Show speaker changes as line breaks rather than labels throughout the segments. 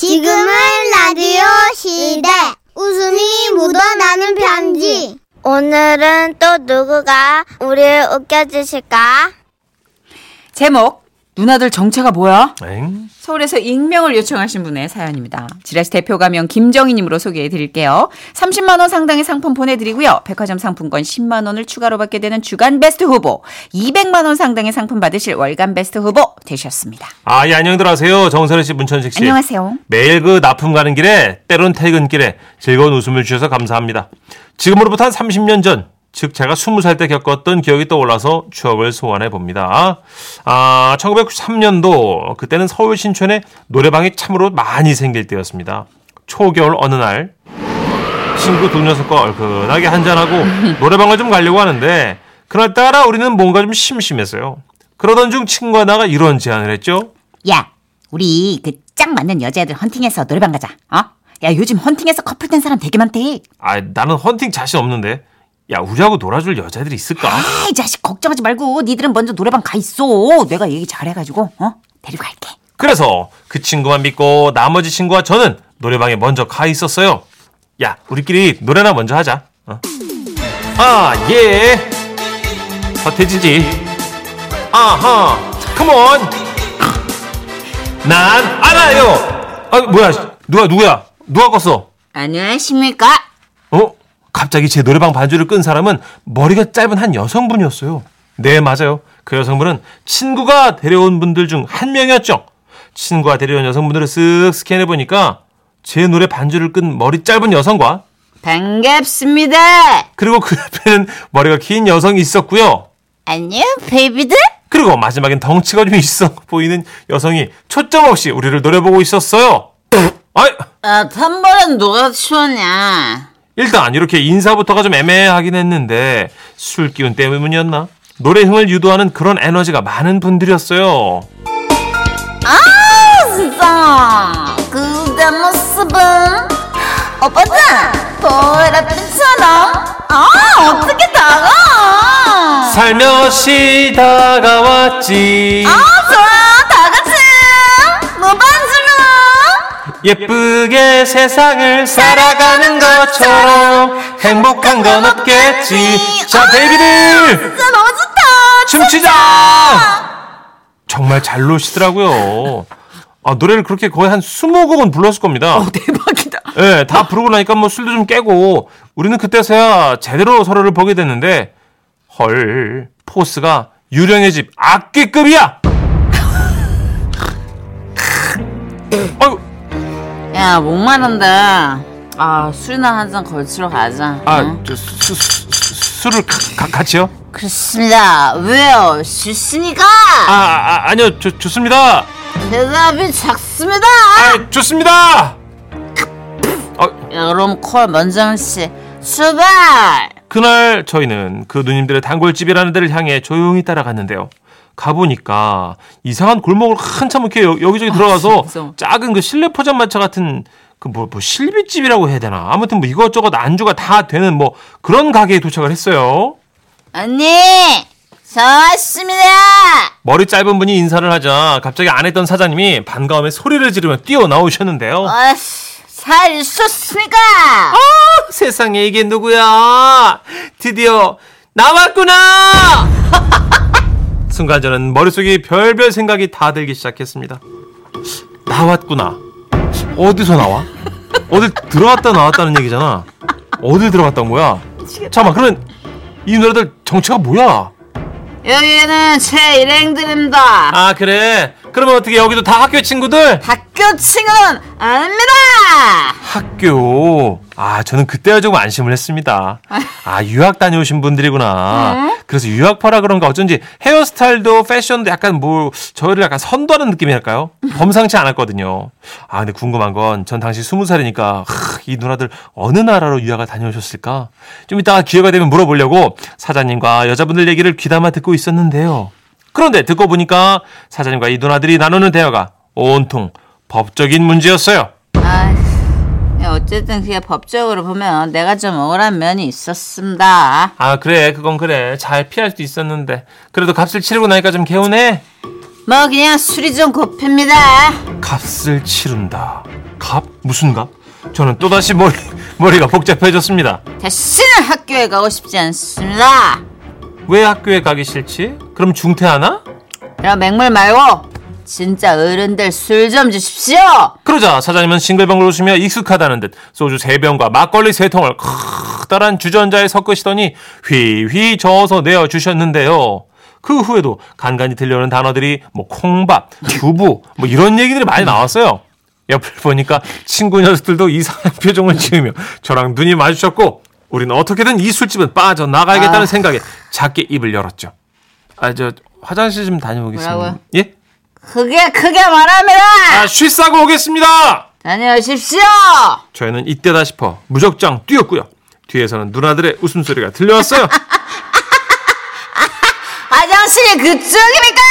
지금은 라디오 시대. 웃음이 묻어나는 편지.
오늘은 또 누구가 우리를 웃겨주실까?
제목 누나들 정체가 뭐야?
엥?
서울에서 익명을 요청하신 분의 사연입니다. 지라시 대표 가명 김정희님으로 소개해 드릴게요. 30만 원 상당의 상품 보내드리고요. 백화점 상품권 10만 원을 추가로 받게 되는 주간 베스트 후보, 200만 원 상당의 상품 받으실 월간 베스트 후보 되셨습니다.
아, 예, 안녕들 하세요. 정선우 씨, 문천식 씨.
안녕하세요.
매일 그 납품 가는 길에 때론 퇴근길에 즐거운 웃음을 주셔서 감사합니다. 지금으로부터 한 30년 전, 즉 제가 20살 때 겪었던 기억이 떠올라서 추억을 소환해 봅니다. 아, 1993년도 그때는 서울 신촌에 노래방이 참으로 많이 생길 때였습니다. 초겨울 어느 날 친구 두 녀석과 얼큰하게 한잔하고 노래방을 좀 가려고 하는데 그날따라 우리는 뭔가 좀 심심했어요. 그러던 중 친구가 나가 이런 제안을 했죠.
야, 우리 그 짱 맞는 여자애들 헌팅해서 노래방 가자. 어? 야, 요즘 헌팅해서 커플 된 사람 되게 많대.
아, 나는 헌팅 자신 없는데. 야, 우리하고 놀아줄 여자들이 있을까?
아이 자식 걱정하지 말고 니들은 먼저 노래방 가 있어. 내가 얘기 잘해가지고 어 데리고 갈게.
그래서 그 친구만 믿고 나머지 친구와 저는 노래방에 먼저 가 있었어요. 야, 우리끼리 노래나 먼저 하자. 어. 아, 예. 서태지지. 아하, 컴온. 난 알아요. 아, 뭐야. 누가, 누구야? 누가 껐어?
안녕하십니까?
어? 갑자기 제 노래방 반주를 끈 사람은 머리가 짧은 한 여성분이었어요. 네, 맞아요. 그 여성분은 친구가 데려온 분들 중 한 명이었죠. 친구가 데려온 여성분들을 쓱 스캔해 보니까 제 노래 반주를 끈 머리 짧은 여성과
반갑습니다.
그리고 그 옆에는 머리가 긴 여성이 있었고요.
안녕 베이비들.
그리고 마지막엔 덩치가 좀 있어 보이는 여성이 초점 없이 우리를 노려보고 있었어요. 아이,
아 탄발은 누가 치웠냐?
일단 이렇게 인사부터가 좀 애매하긴 했는데 술 기운 때문이었나? 노래 흥을 유도하는 그런 에너지가 많은 분들이었어요.
진짜 그대 모습은 오빠들 보랏빛처럼 아 어떻게 다가?
살며시 다가왔지
좋아 다 같이 노반주로.
예쁘게 세상을 살아가는 것처럼 행복한 건 없겠지 자 베이비들
진짜 너무 좋다.
춤추자 정말 잘 노시더라고요 아, 노래를 그렇게 거의 한 20곡은 불렀을 겁니다
대박이다.
예, 다 부르고 나니까 뭐 술도 좀 깨고 우리는 그때서야 제대로 서로를 보게 됐는데 헐 포스가 유령의 집 악기급이야. 아유,
야, 목마른데. 아, 술이나 한 잔 걸치러 가자.
아,
응?
저, 수, 수, 수, 술을 가, 가, 같이요?
그렇습니다. 왜요? 주시니까
아, 아 아니요, 좋, 좋습니다.
대답이 작습니다.
아, 좋습니다. 어,
야, 그럼 콜 먼정 씨 출발.
그날 저희는 그 누님들의 단골집이라는 데를 향해 조용히 따라갔는데요. 가보니까 이상한 골목을 한참 이렇게 여- 여기저기 들어가서
무서워.
작은 그 실내 포장마차 같은 그 뭐 뭐 실비집이라고 해야 되나 아무튼 뭐 이것저것 안주가 다 되는 뭐 그런 가게에 도착을 했어요.
언니, 저 왔습니다.
머리 짧은 분이 인사를 하자 갑자기 안 했던 사장님이 반가움에 소리를 지르며 뛰어 나오셨는데요.
아씨, 잘 있었습니까?
세상에 이게 누구야? 드디어 나왔구나! 순간 저는 머릿속이 별별 생각이 다 들기 시작했습니다. 나왔구나. 어디서 나와? 어딜 들어갔다 나왔다는 얘기잖아. 어딜 들어갔던 거야? 잠깐만, 그러면 이 노래들 정체가 뭐야?
여기는 제 일행들입니다.
아, 그래. 그러면 어떻게 여기도 다 학교 친구들?
학교 친구는 아닙니다.
학교. 아, 저는 그때야 조금 안심을 했습니다. 아, 유학 다녀오신 분들이구나. 그래서 유학파라 그런가 어쩐지 헤어스타일도 패션도 약간 뭐, 저희를 약간 선도하는 느낌이랄까요? 범상치 않았거든요. 아, 근데 궁금한 건 전 당시 스무 살이니까, 하, 이 누나들 어느 나라로 유학을 다녀오셨을까? 좀 이따가 기회가 되면 물어보려고 사장님과 여자분들 얘기를 귀담아 듣고 있었는데요. 그런데 듣고 보니까 사장님과 이 누나들이 나누는 대화가 온통 법적인 문제였어요.
아휴, 야, 어쨌든 그게 법적으로 보면 내가 좀 억울한 면이 있었습니다.
아 그래 그건 그래 잘 피할 수 있었는데 그래도 값을 치르고 나니까 좀 개운해
뭐 그냥 술이 좀 고픕니다.
값을 치른다. 값? 무슨 값? 저는 또다시 머리, 머리가 복잡해졌습니다.
다시는 학교에 가고 싶지 않습니다.
왜 학교에 가기 싫지? 그럼 중퇴하나?
그럼 맹물 말고 진짜 어른들 술 좀 주십시오.
그러자 사장님은 싱글벙글 웃으며 익숙하다는 듯 소주 세병과 막걸리 세통을 크다란 주전자에 섞으시더니 휘휘 저어서 내어주셨는데요. 그 후에도 간간히 들려오는 단어들이 뭐 콩밥, 두부 뭐 이런 얘기들이 많이 나왔어요. 옆을 보니까 친구 녀석들도 이상한 표정을 지으며 저랑 눈이 마주쳤고 우리는 어떻게든 이 술집은 빠져나가야겠다는 생각에 작게 입을 열었죠. 아, 저 화장실 좀 다녀오겠습니다.
뭐라고요?
예?
크게 크게 말합니다.
아, 쉬싸고 오겠습니다!
다녀오십시오.
저희는 이때다 싶어 무적장 뛰었고요. 뒤에서는 누나들의 웃음소리가 들려왔어요.
화장실이 그쪽입니까?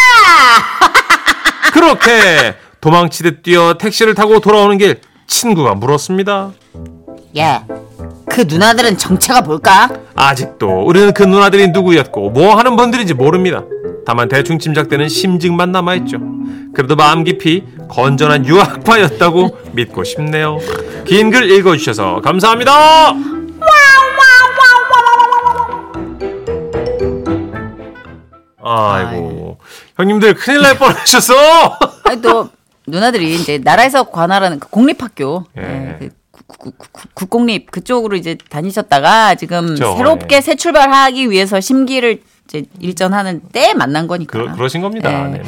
그렇게 도망치듯 뛰어 택시를 타고 돌아오는 길 친구가 물었습니다.
야, 그 누나들은 정체가 뭘까?
아직도 우리는 그 누나들이 누구였고 뭐 하는 분들인지 모릅니다. 다만 대충 짐작되는 심증만 남아있죠. 그래도 마음 깊이 건전한 유학파였다고 믿고 싶네요. 긴 글 읽어주셔서 감사합니다. 아이고 형님들 큰일 날 뻔하셨어.
아니 또 누나들이 이제 나라에서 관할하는 그 공립학교
예.
예, 그 구- 구- 구- 국공립 그쪽으로 이제 다니셨다가 지금
그쵸, 예.
새롭게 새 출발하기 위해서 심기를 이제 일전하는 때 만난 거니까
그, 그러신 겁니다.
예.
네네.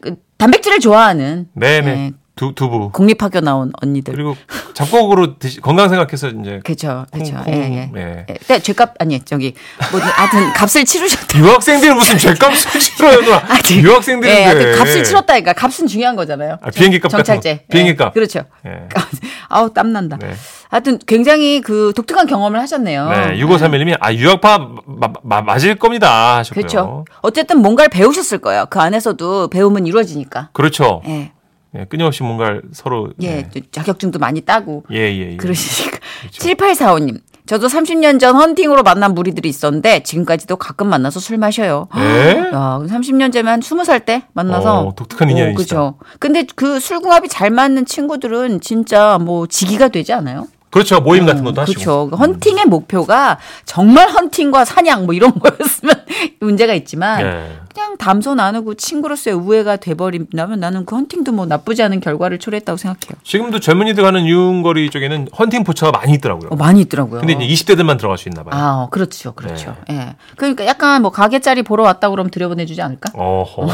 그 단백질을 좋아하는
네네.
예,
두, 두부
공립학교 나온 언니들
그리고 잡곡으로 드시, 건강 생각해서 이제
그렇죠 그렇죠
콩, 콩,
예예
예.
예. 근데 죄값 아니 저기 뭐 하여튼 값을 치르셨다
유학생들은 무슨 죄값을 치러요 누나
아직-
유학생들인데
예, 하여튼 값을 치렀다니까 값은 중요한 거잖아요
아, 비행기 값 같은
정찰제
거. 비행기
예,
값.
그렇죠
예.
아우 땀난다
네.
하여튼 굉장히 그 독특한 경험을 하셨네요
네, 6531님이 아 유학파 마, 마- 맞을 겁니다 하셨고요.
그렇죠. 어쨌든 뭔가를 배우셨을 거예요. 그 안에서도 배움은 이루어지니까.
그렇죠.
예.
예, 끊임없이 뭔가를 서로
예. 그렇죠.
예,
또 자격증도 많이 따고.
예, 예. 예.
그러시니까. 7845님. 저도 30년 전 헌팅으로 만난 무리들이 있었는데 지금까지도 가끔 만나서 술 마셔요.
예?
야, 30년 전에 한 20살 때 만나서
어, 독특한 인연이시다.
그렇죠. 근데 그 술궁합이 잘 맞는 친구들은 진짜 뭐 지기가 되지 않아요?
그렇죠. 모임 같은 것도 하시고. 음.
그렇죠. 그 헌팅의 목표가 정말 헌팅과 사냥 뭐 이런 거였으면 문제가 있지만
예.
그냥 담소 나누고 친구로서의 우애가 돼버린다면 나는 그 헌팅도 뭐 나쁘지 않은 결과를 초래했다고 생각해요.
지금도 젊은이들 가는 유흥거리 쪽에는 헌팅 포차가 많이 있더라고요.
어, 많이 있더라고요.
근데 이제 네. 20대들만 들어갈 수 있나 봐요.
아, 어, 그렇죠, 그렇죠. 예. 그러니까 약간 뭐 가게짜리 보러 왔다 그러면 들여보내주지 않을까?
어허.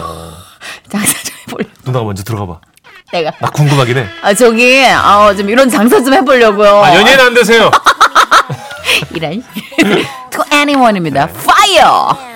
장사 좀 해보려.
누나가 먼저 들어가 봐.
내가
나 궁금하긴 해.
아 저기 아좀 이런 장사 좀 해보려고요.
아, 연예인 안 되세요.
이런. to anyone입니다. Fire.